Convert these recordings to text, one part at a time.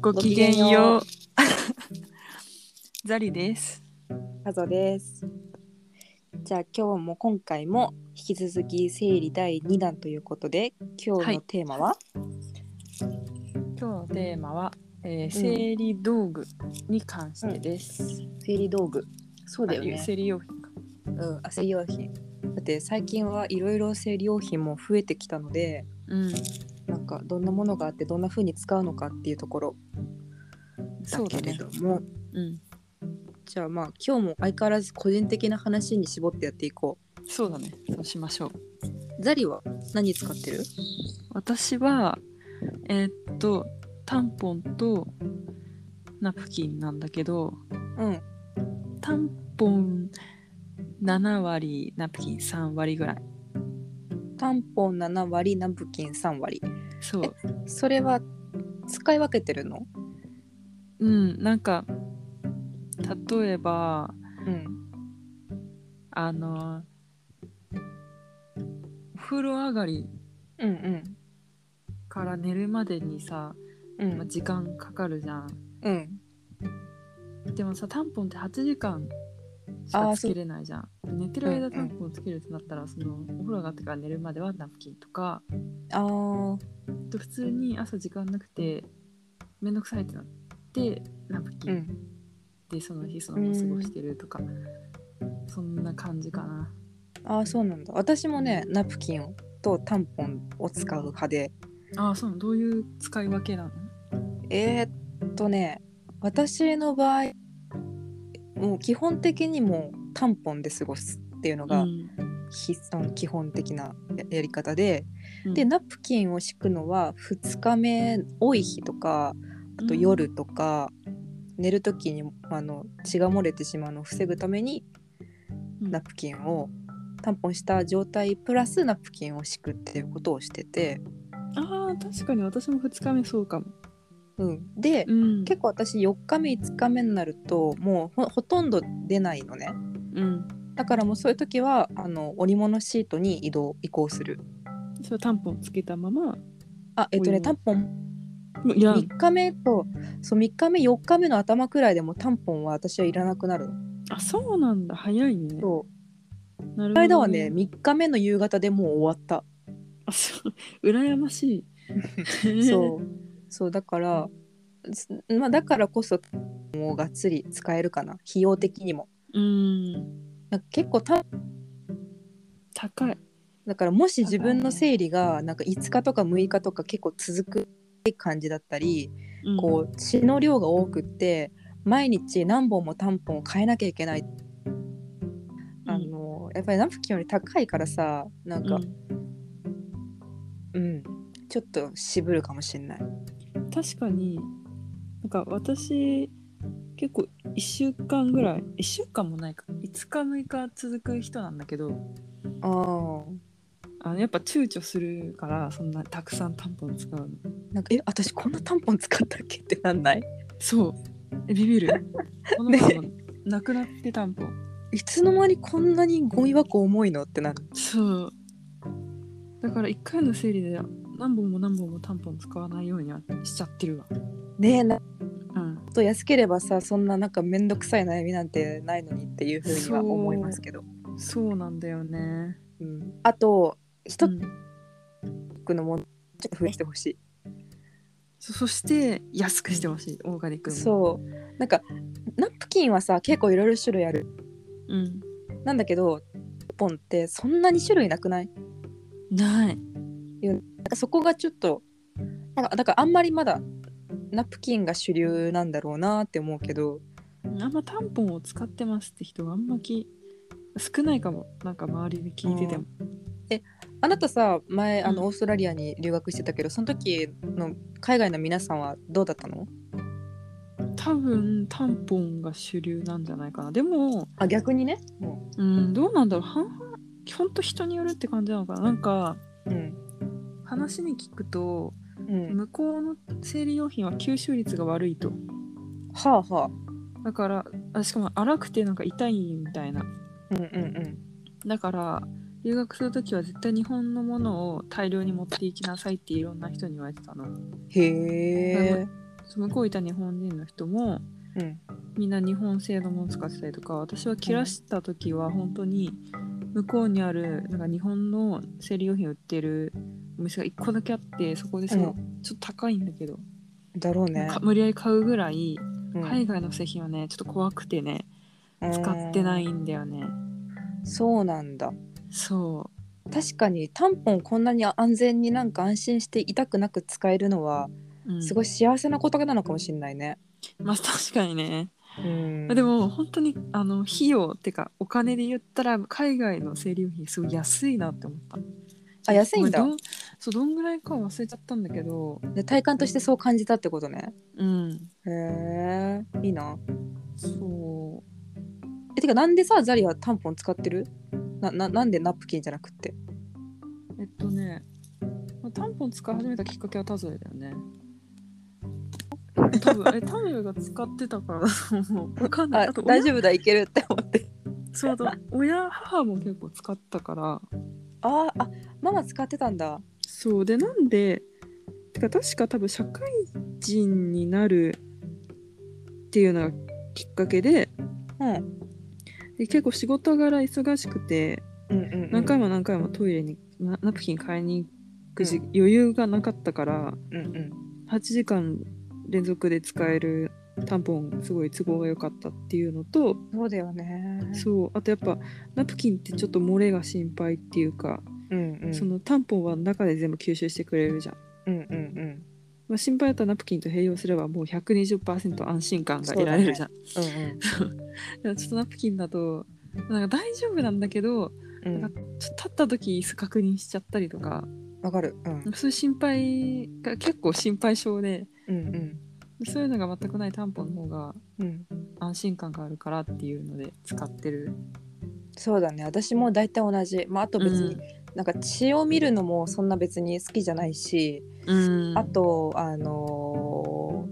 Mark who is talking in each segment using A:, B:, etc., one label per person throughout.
A: ごきげんよ う。ザリです。
B: カゾです。じゃあ今日も今回も引き続き生理第2弾ということで今日のテーマは、
A: 今日のテーマは、えー、生理道具に関してです。
B: 生理道具そうだよ
A: あ
B: ね
A: 生理用品か。
B: うんあ生理用品だって最近はいろいろ生理用品も増えてきたので
A: うん。
B: なんかどんなものがあってどんな風に使うのかっていうところ
A: そ
B: だ
A: うだ
B: けれ
A: ね。
B: ども、
A: うん。
B: じゃあまあ今日も相変わらず個人的な話に絞ってやっていこ
A: そうだね。そうしましょう。
B: うザリは何使ってる
A: 私はえーっとタンポンとナプキンなんだけど、
B: うん
A: タンポン7割、ナプキン3割ぐらい。
B: タンポン7割ナプキン3割
A: そう。
B: それは使い分けてるの
A: うん。なんか例えば。
B: うん
A: あのお風呂上がり
B: うん
A: から寝るまでにさ、
B: うんう
A: まあ、時間かかるじゃん
B: うん
A: でもさタンポンって8時間し
B: あ
A: か
B: ー
A: つけれないじゃん寝てる
B: うんう
A: 間
B: ん
A: タンポンつけるってなったら、そのお風呂上がってから寝るまではナプキンとか
B: あー
A: あと普通に朝時間なくてめんどくさいってなってナプキ
B: う
A: ン
B: ん
A: でその日そのまま過ごしてるとか、そんな感じかな
B: あーそうなんだ私もねナプキンとタンポンを使う派で
A: ああそうどういう使い分けなの
B: えー、っとね私の場合もう基本的にもうタンポンで過ごすっていうのが、ひあの基本的なややり方で、でナプキンを敷くのは2日目多い日とかあと夜とか、寝る時にあの血が漏れてしまうのを防ぐためにナプキンをタンポンした状態プラスナプキンを敷くっていうことをしてて、
A: あー確かに私も2日目そうかも、
B: うん、で、
A: うん
B: 結構私4日目5日目になるともうほほとんど出ないのね
A: うん、
B: だからもうそういう時はあの織物シートに移動移行する
A: それタンポンつけたまま
B: あえっと
A: おいお
B: ね
A: い
B: タンポン
A: もういらん
B: 3日目とそう3日目4日目の頭くらいでもうタンポンは私はいらなくなるの
A: あそうなんだ早いね
B: そう
A: なるほどね
B: この間はね3日目の夕方でもう終わった
A: あそう羨ましい
B: そうそうだから、すまあ、だからこそもうがっつり使えるかな費用的にも
A: ううん
B: なんか結構た
A: 高い
B: だからもし自分の生理がなんか5日とか6日とか結構続く感じだったり、
A: うん
B: こう血の量が多くって毎日何本もタンポンを変えなきゃいけない、
A: うん
B: あのやっぱりナプキンより高いからさなんか
A: うん
B: うん、ちょっと渋るかもしれない。
A: 確かになんか私結構1週間ぐらい1週間もないか5日6日続く人なんだけど
B: あー
A: あのやっぱ躊躇するからそんなたくさんタンポン使うの
B: なんかえ私こんなタンポン使ったっけってなんない
A: そう。えビビ る。この子もなくなってタンポン。
B: いつの間にこんなにゴミ箱重いのってなる
A: そう。だから一回の生理で何本も何本もタンポン使わないようにはしちゃってるわ。
B: ねえな
A: うん。
B: と安ければさそんななんか面倒くさい悩みなんてないのにっていうふうには思いますけど、
A: そうなんだよね。
B: うん、あと一
A: うん
B: つのものちょっと増やしてほしい、
A: そそして安くしてほしい、オーガニックの。う。
B: そうなんかナプキンはさ結構いろいろ種類ある
A: うん。
B: なんだけどポンってそんなに種類なくない
A: ない。
B: なんかそこがちょっとなんかだからあんまりまだナプキンが主流なんだろうなって思うけど
A: あんまタンポンを使ってますって人があんまき少ないかも。なんか周りで聞いてても。
B: あなたさ前あ
A: う
B: の
A: ん
B: オーストラリアに留学してたけど、その時の海外の皆さんはどうだったの
A: 多分タンポンが主流なんじゃないかな。でも、
B: あ逆にね
A: うん、どうなんだろう半々ほんと人によるって感じなのかななんか
B: うん
A: 話に聞くと
B: うん
A: 向こうの生理用品は吸収率が悪いと
B: はあはあ
A: だからあしかも荒くてなんか痛いみたいな
B: うんうん
A: だから留学する時は絶対日本のものを大量に持っていきなさいっていろんな人に言われてたの
B: うんへえ
A: そう向こういた日本人の人も
B: うん
A: みんな日本製のもの使ってたりとか私は切らした時は本当に向こうにあるなんか日本の生理用品売ってるお店が1個だけあってそこでその、
B: う
A: ちょっと高いんだけど、
B: だろうね
A: か、無理やり買うぐらい
B: うん
A: 海外の製品はねちょっと怖くてね使ってないんだよね、
B: うんそうなんだ
A: そ
B: 確かにタンポンこんなに安全になんか安心して痛くなく使えるのは
A: う、うん、
B: すごい幸せなことなのかもしれないね。
A: まあ確かにね
B: うん
A: まあでも本当にあの費用ってかお金で言ったら海外の生理用品すごい安いなって思った
B: あ安いんだ
A: まあどそうどんぐらいか忘れちゃったんだけど
B: で体感としてそう感じたってことね。
A: うん
B: へえいいな。
A: そ
B: えてかなんでさザリはタンポン使ってるなななんでナプキンじゃなくって
A: うえっとね、まあ、タンポン使い始めたきっかけはタズレだよね 多分えタズレが使ってたからだと思う分かんない
B: あ
A: あと
B: 大丈夫だいけるって思って
A: そうだ親母も結構使ったから
B: あーあママ使ってたんだ
A: そうでなんでてか確か多分社会人になるっていうのがきっかけで
B: うん
A: で結構仕事柄忙しくて
B: うんうん、うん、
A: 何回も何回もトイレにナナプキン買いに行く時、余裕がなかったから
B: うんうん
A: 8時間連続で使えるタンポンすごい都合が良かったっていうのと
B: そうだよね
A: そうあとやっぱナプキンってちょっと漏れが心配っていうか、
B: うんうん
A: そのタンポンは中で全部吸収してくれるじゃん。
B: うんうんうん
A: まあ、心配だったらナプキンと併用すればもう120%安心感が得られるじゃん。
B: う
A: でもちょっとナプキンだとなんか大丈夫なんだけど
B: んうんう
A: ちょっ
B: ん
A: と立った時椅子確認しちゃったりとか
B: わかるうん
A: そういう心配が結構心配性で
B: うんうん
A: そういうのが全くないタンポンの方が
B: うん
A: 安心感があるからっていうので使ってる。
B: そうだね私も大体同じまああと別に、なんか血を見るのもそんな別に好きじゃないし、
A: うん、
B: あとあの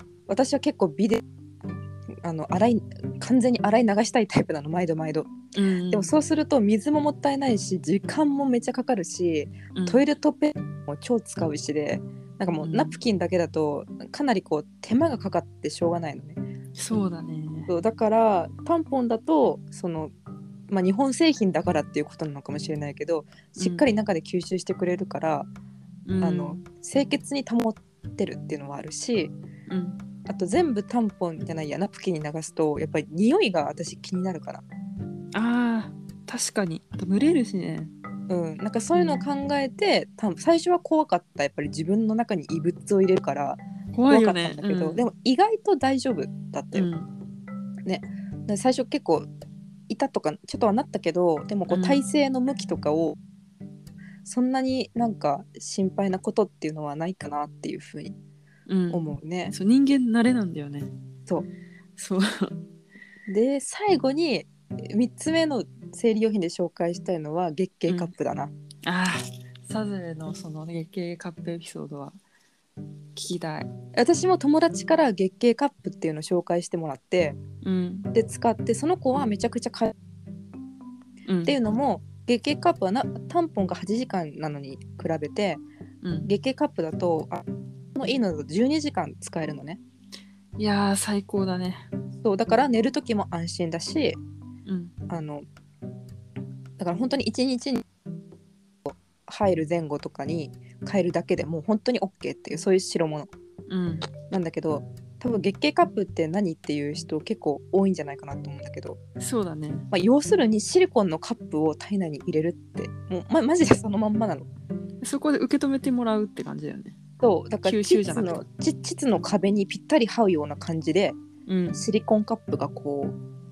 B: ー私は結構美であの洗い完全に洗い流したいタイプなの毎度毎度
A: うん、
B: でもそうすると水ももったいないし時間もめっちゃかかるし
A: うん
B: トイレットペーパーも超使うしでなんかもう
A: うん
B: ナプキンだけだとかなりこう手間がかかってしょうがないのね
A: そうだね。
B: そうだからタンポンだとその、まあ、日本製品だからっていうことなのかもしれないけどしっかり中で吸収してくれるから、
A: うん
B: あの清潔に保ってるっていうのはあるし
A: うん、
B: あと全部タンポンじゃないやナプキンに流すとやっぱり匂いが私気になるから、
A: あー確かにあと蒸れるしね。
B: うん、なんかそういうのを考えて、タン最初は怖かったやっぱり自分の中に異物を入れるから
A: 怖
B: 怖
A: い
B: か
A: よ
B: った
A: ね
B: ん。だけど、
A: うん、
B: でも意外と大丈夫だった
A: う
B: よ、
A: ん
B: で最初結構いたとかちょっとはなったけどでもこ
A: う
B: うん体勢の向きとかを、そんなになんか心配なことっていうのはないかなっていうふうに
A: うん、
B: 思うね、
A: そう人間慣れなんだよね
B: そう
A: そう
B: で最後に3つ目の生理用品で紹介したいのは月経カップだな、
A: ああサズレのその月経カップエピソードは聞きたい
B: 私も友達から月経カップっていうのを紹介してもらって
A: うん
B: で使ってその子はめちゃくちゃ買っ
A: うん
B: ていうのも月経カップはなタンポンが8時間なのに比べて
A: うん
B: 月経カップだとあのいいのだと12時間使えるのね
A: いやー最高だね
B: そうだから寝る時も安心だし
A: うん
B: あのだから本当に1日に入る前後とかに変えるだけでもう本当に OK っていうそういう代物
A: うん
B: なんだけど多分月経カップって何っていう人結構多いんじゃないかなと思うんだけど、
A: そうだね
B: まあ、要するにシリコンのカップを体内に入れるってもう、ま、マジでそのまんまなの。
A: そこで受け止めてもらうって感じだよね
B: そうだから
A: 吸
B: 膣
A: 収じゃなく
B: のち膣の壁にぴったり這うような感じで
A: うん
B: シリコンカップがこ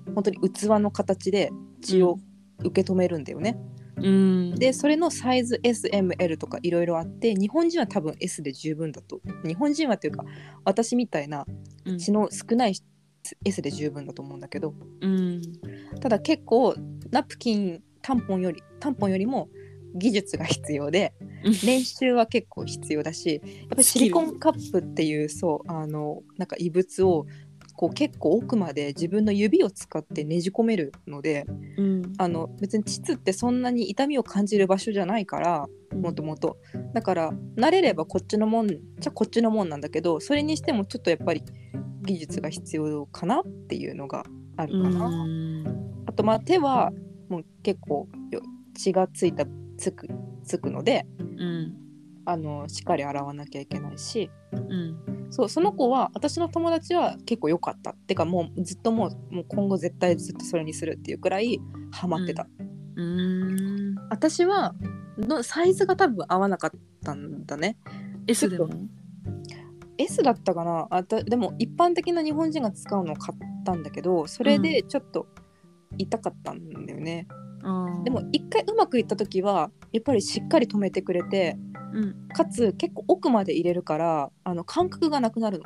B: う本当に器の形で血を受け止めるんだよね。
A: うん
B: でそれのサイズ SML とかいろいろあって日本人は多分 S で十分だと日本人はっていうか私みたいな
A: うん
B: 血の少ない人 S で十分だと思うんだけど
A: うん
B: ただ結構ナプキンタンポンよりタンポンよりも技術が必要で練習は結構必要だしやっぱりシリコンカップっていうそうあのなんか異物をこう結構奥まで自分の指を使ってねじ込めるので
A: うん
B: あの別に膣ってそんなに痛みを感じる場所じゃないから
A: うん
B: もともとだから慣れればこっちのもんじゃこっちのもんなんだけどそれにしてもちょっとやっぱり技術が必要かなっていうのがあるかな。
A: うん
B: あとまあ手はもう結構よ血がついたつくつくので
A: うん
B: あのしっかり洗わなきゃいけないし
A: うん
B: そうその子は私の友達は結構良かったってかもうずっともうもう今後絶対ずっとそれにするっていうくらいハマってた、
A: うん
B: 私はのサイズが多分合わなかったんだね
A: S でも
B: S だったかなあたでも一般的な日本人が使うのを買ったんだけどそれでちょっと痛かったんだよね、
A: あー
B: でも一回うまくいった時はやっぱりしっかり止めてくれて
A: うん
B: かつ結構奥まで入れるからあの感覚がなくなるの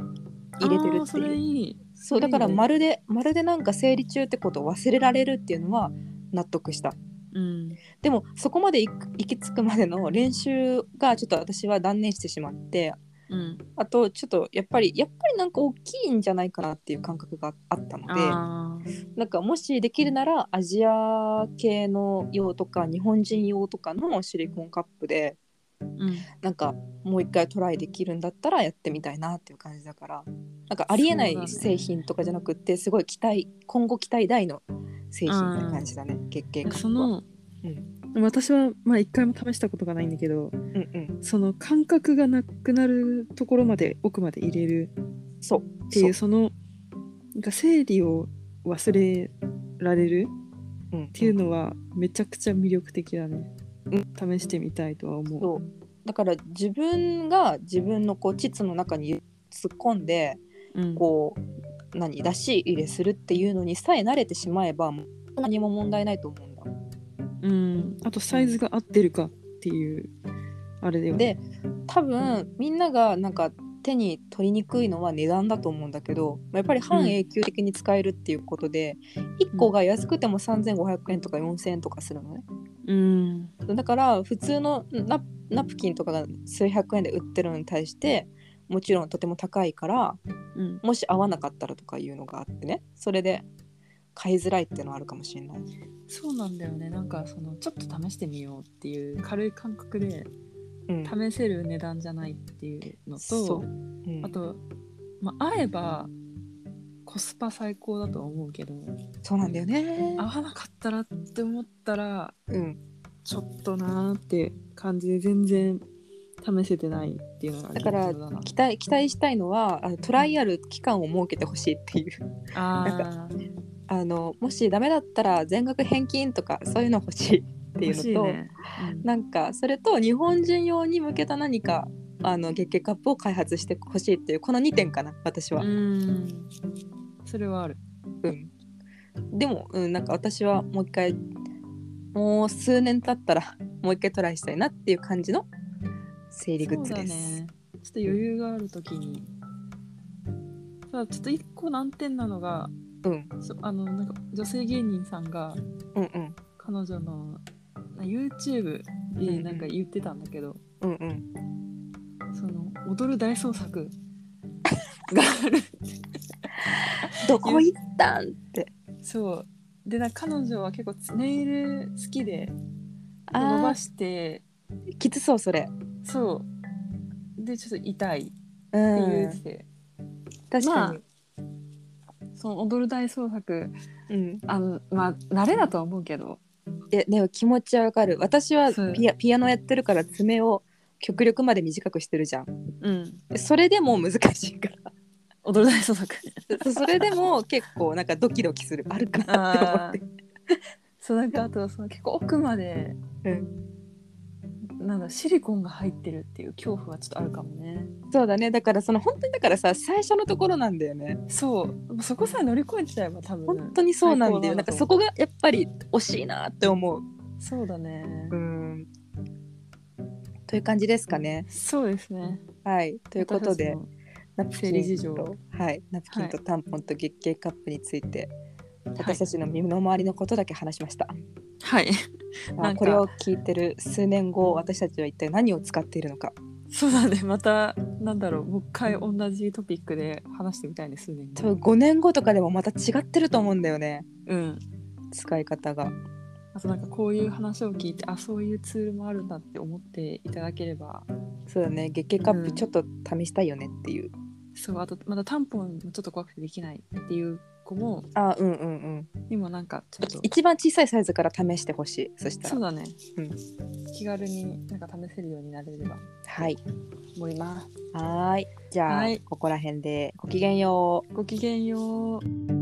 B: 入れてる
A: あー
B: って
A: そ
B: いう
A: れいい
B: そうだから
A: いいね
B: まるでまるでなんか生理中ってことを忘れられるっていうのは納得した
A: うん
B: でもそこまで行く行き着くまでの練習がちょっと私は断念してしまって
A: うん
B: あとちょっとやっぱりやっぱりなんか大きいんじゃないかなっていう感覚があったので
A: あー
B: なんかもしできるならアジア系の用とか日本人用とかのシリコンカップで
A: うん
B: なんかもう一回トライできるんだったらやってみたいなっていう感じだからなんかありえない
A: そうだね
B: 製品とかじゃなくってすごい期待今後期待大の製品って感じだね月経
A: いや
B: 感
A: その、私はまあ一回も試したことがないんだけど
B: うんうん
A: その感覚がなくなるところまで奥まで入れる
B: そう
A: っていうそのなんか生理を忘れられる
B: うんっ
A: っていうのはめちゃくちゃ魅力的だね、試してみたいとは思う
B: そうだから自分が自分のこう膣の中に突っ込んで
A: うん
B: こう何出し入れするっていうのにさえ慣れてしまえばもう何も問題ないと思うんだ
A: うん、あとサイズが合ってるかっていうあれだよね
B: で多分みんながなんか手に取りにくいのは値段だと思うんだけどまあやっぱり半永久的に使えるっていうことで、1個が安くても3500円とか4000円とかするのね
A: うん
B: だから普通のナナプキンとかが数百円で売ってるのに対してもちろんとても高いから
A: うん
B: もし合わなかったらとかいうのがあってねそれで買いづらいっていうのはあるかもしれない
A: そうなんだよねなんかそのちょっと試してみようっていう軽い感覚で
B: うん
A: 試せる値段じゃないっていうの
B: そ
A: と
B: ううん
A: あと、まあ、合えばコスパ最高だとは思うけど
B: そうなんだよね
A: 合わなかったらって思ったら
B: うん
A: ちょっとなーって感じで全然試せてないっていうのが
B: だから
A: 現状だな
B: 期待期待したいのはあのトライアル期間を設けてほしいっていう
A: あー
B: あのもしダメだったら全額返金とかそういうの欲しいっていう
A: 欲
B: の
A: しい
B: と、
A: ねうん
B: なんかそれと日本人用に向けた何かあの月経カップを開発してほしいっていうこの2点かな私は
A: う、んそれはある
B: うんでも、うん、なんか私はもう一回もう数年経ったらもう一回トライしたいなっていう感じの生理グッズ
A: そう
B: です。
A: だねちょっと余裕がある時にただちょっと一個難点なのが
B: うん
A: そあのなんか女性芸人さんが
B: うんうん
A: 彼女のな YouTube でなんか言ってたんだけど、
B: うんうん
A: その踊る大捜索がある
B: どこ行ったんって
A: そうでなんか彼女は結構つネイル好きで
B: あー
A: 伸ばして
B: きつそうそれ。
A: そうでちょっと痛いって
B: う
A: 言
B: ん
A: ってて、
B: 確かに、
A: まあその踊る大捜索
B: うん、
A: あのまあ慣れだとは思うけど
B: ででも気持ちはわかる私は
A: そう
B: ピアピアノやってるから爪を極力まで短くしてるじゃん
A: うん
B: それでも難しいから
A: 踊る大捜索
B: そそれでも結構なんかドキドキするあるかなって思って
A: そうなんかあとはその結構奥まで、
B: う
A: なんだシリコンが入ってるっていう恐怖はちょっとあるかもね
B: そうだねだからその本当にだからさ最初のところなんだよね
A: そうそこさえ乗り越えちゃえば多分
B: 本当にそうなんだ
A: 最
B: よ、
A: 高
B: な
A: と
B: んか
A: 思う
B: そこがやっぱり惜しいなって思う
A: そうだね、
B: うんという感じですかね
A: そうですね
B: はいということでナプ
A: 生理事情
B: とはいナプキンとタンポンと月経カップについて、私た
A: ち
B: ちの身の回りのことだけ話しました
A: はい、はい、
B: ま
A: な
B: あ、
A: んか
B: これを聞いてる数年後私たちは一体何を使っているのか
A: そうだねまたなんだろうもう一回同じトピックで話してみたいねすでに
B: 多分5年後とかでもまた違ってると思うんだよね
A: うん
B: 使い方が
A: あとなんかこういう話を聞いてあそういうツールもあるんだって思っていただければ
B: そうだね月経カッ
A: う
B: プ
A: ん
B: ちょっと試したいよねっていう、
A: そうあとまだタンポンもちょっと怖くてできないっていう子も
B: あうんうんうん
A: にもなんかちょっと
B: 一番小さいサイズから試してほしいそした
A: そう
B: ら
A: だね、
B: うん
A: 気軽になんか試せるようになれれば
B: はい
A: 思います
B: はーいじゃあ、
A: はい
B: ここら辺でごきげんよう
A: ごきげんよう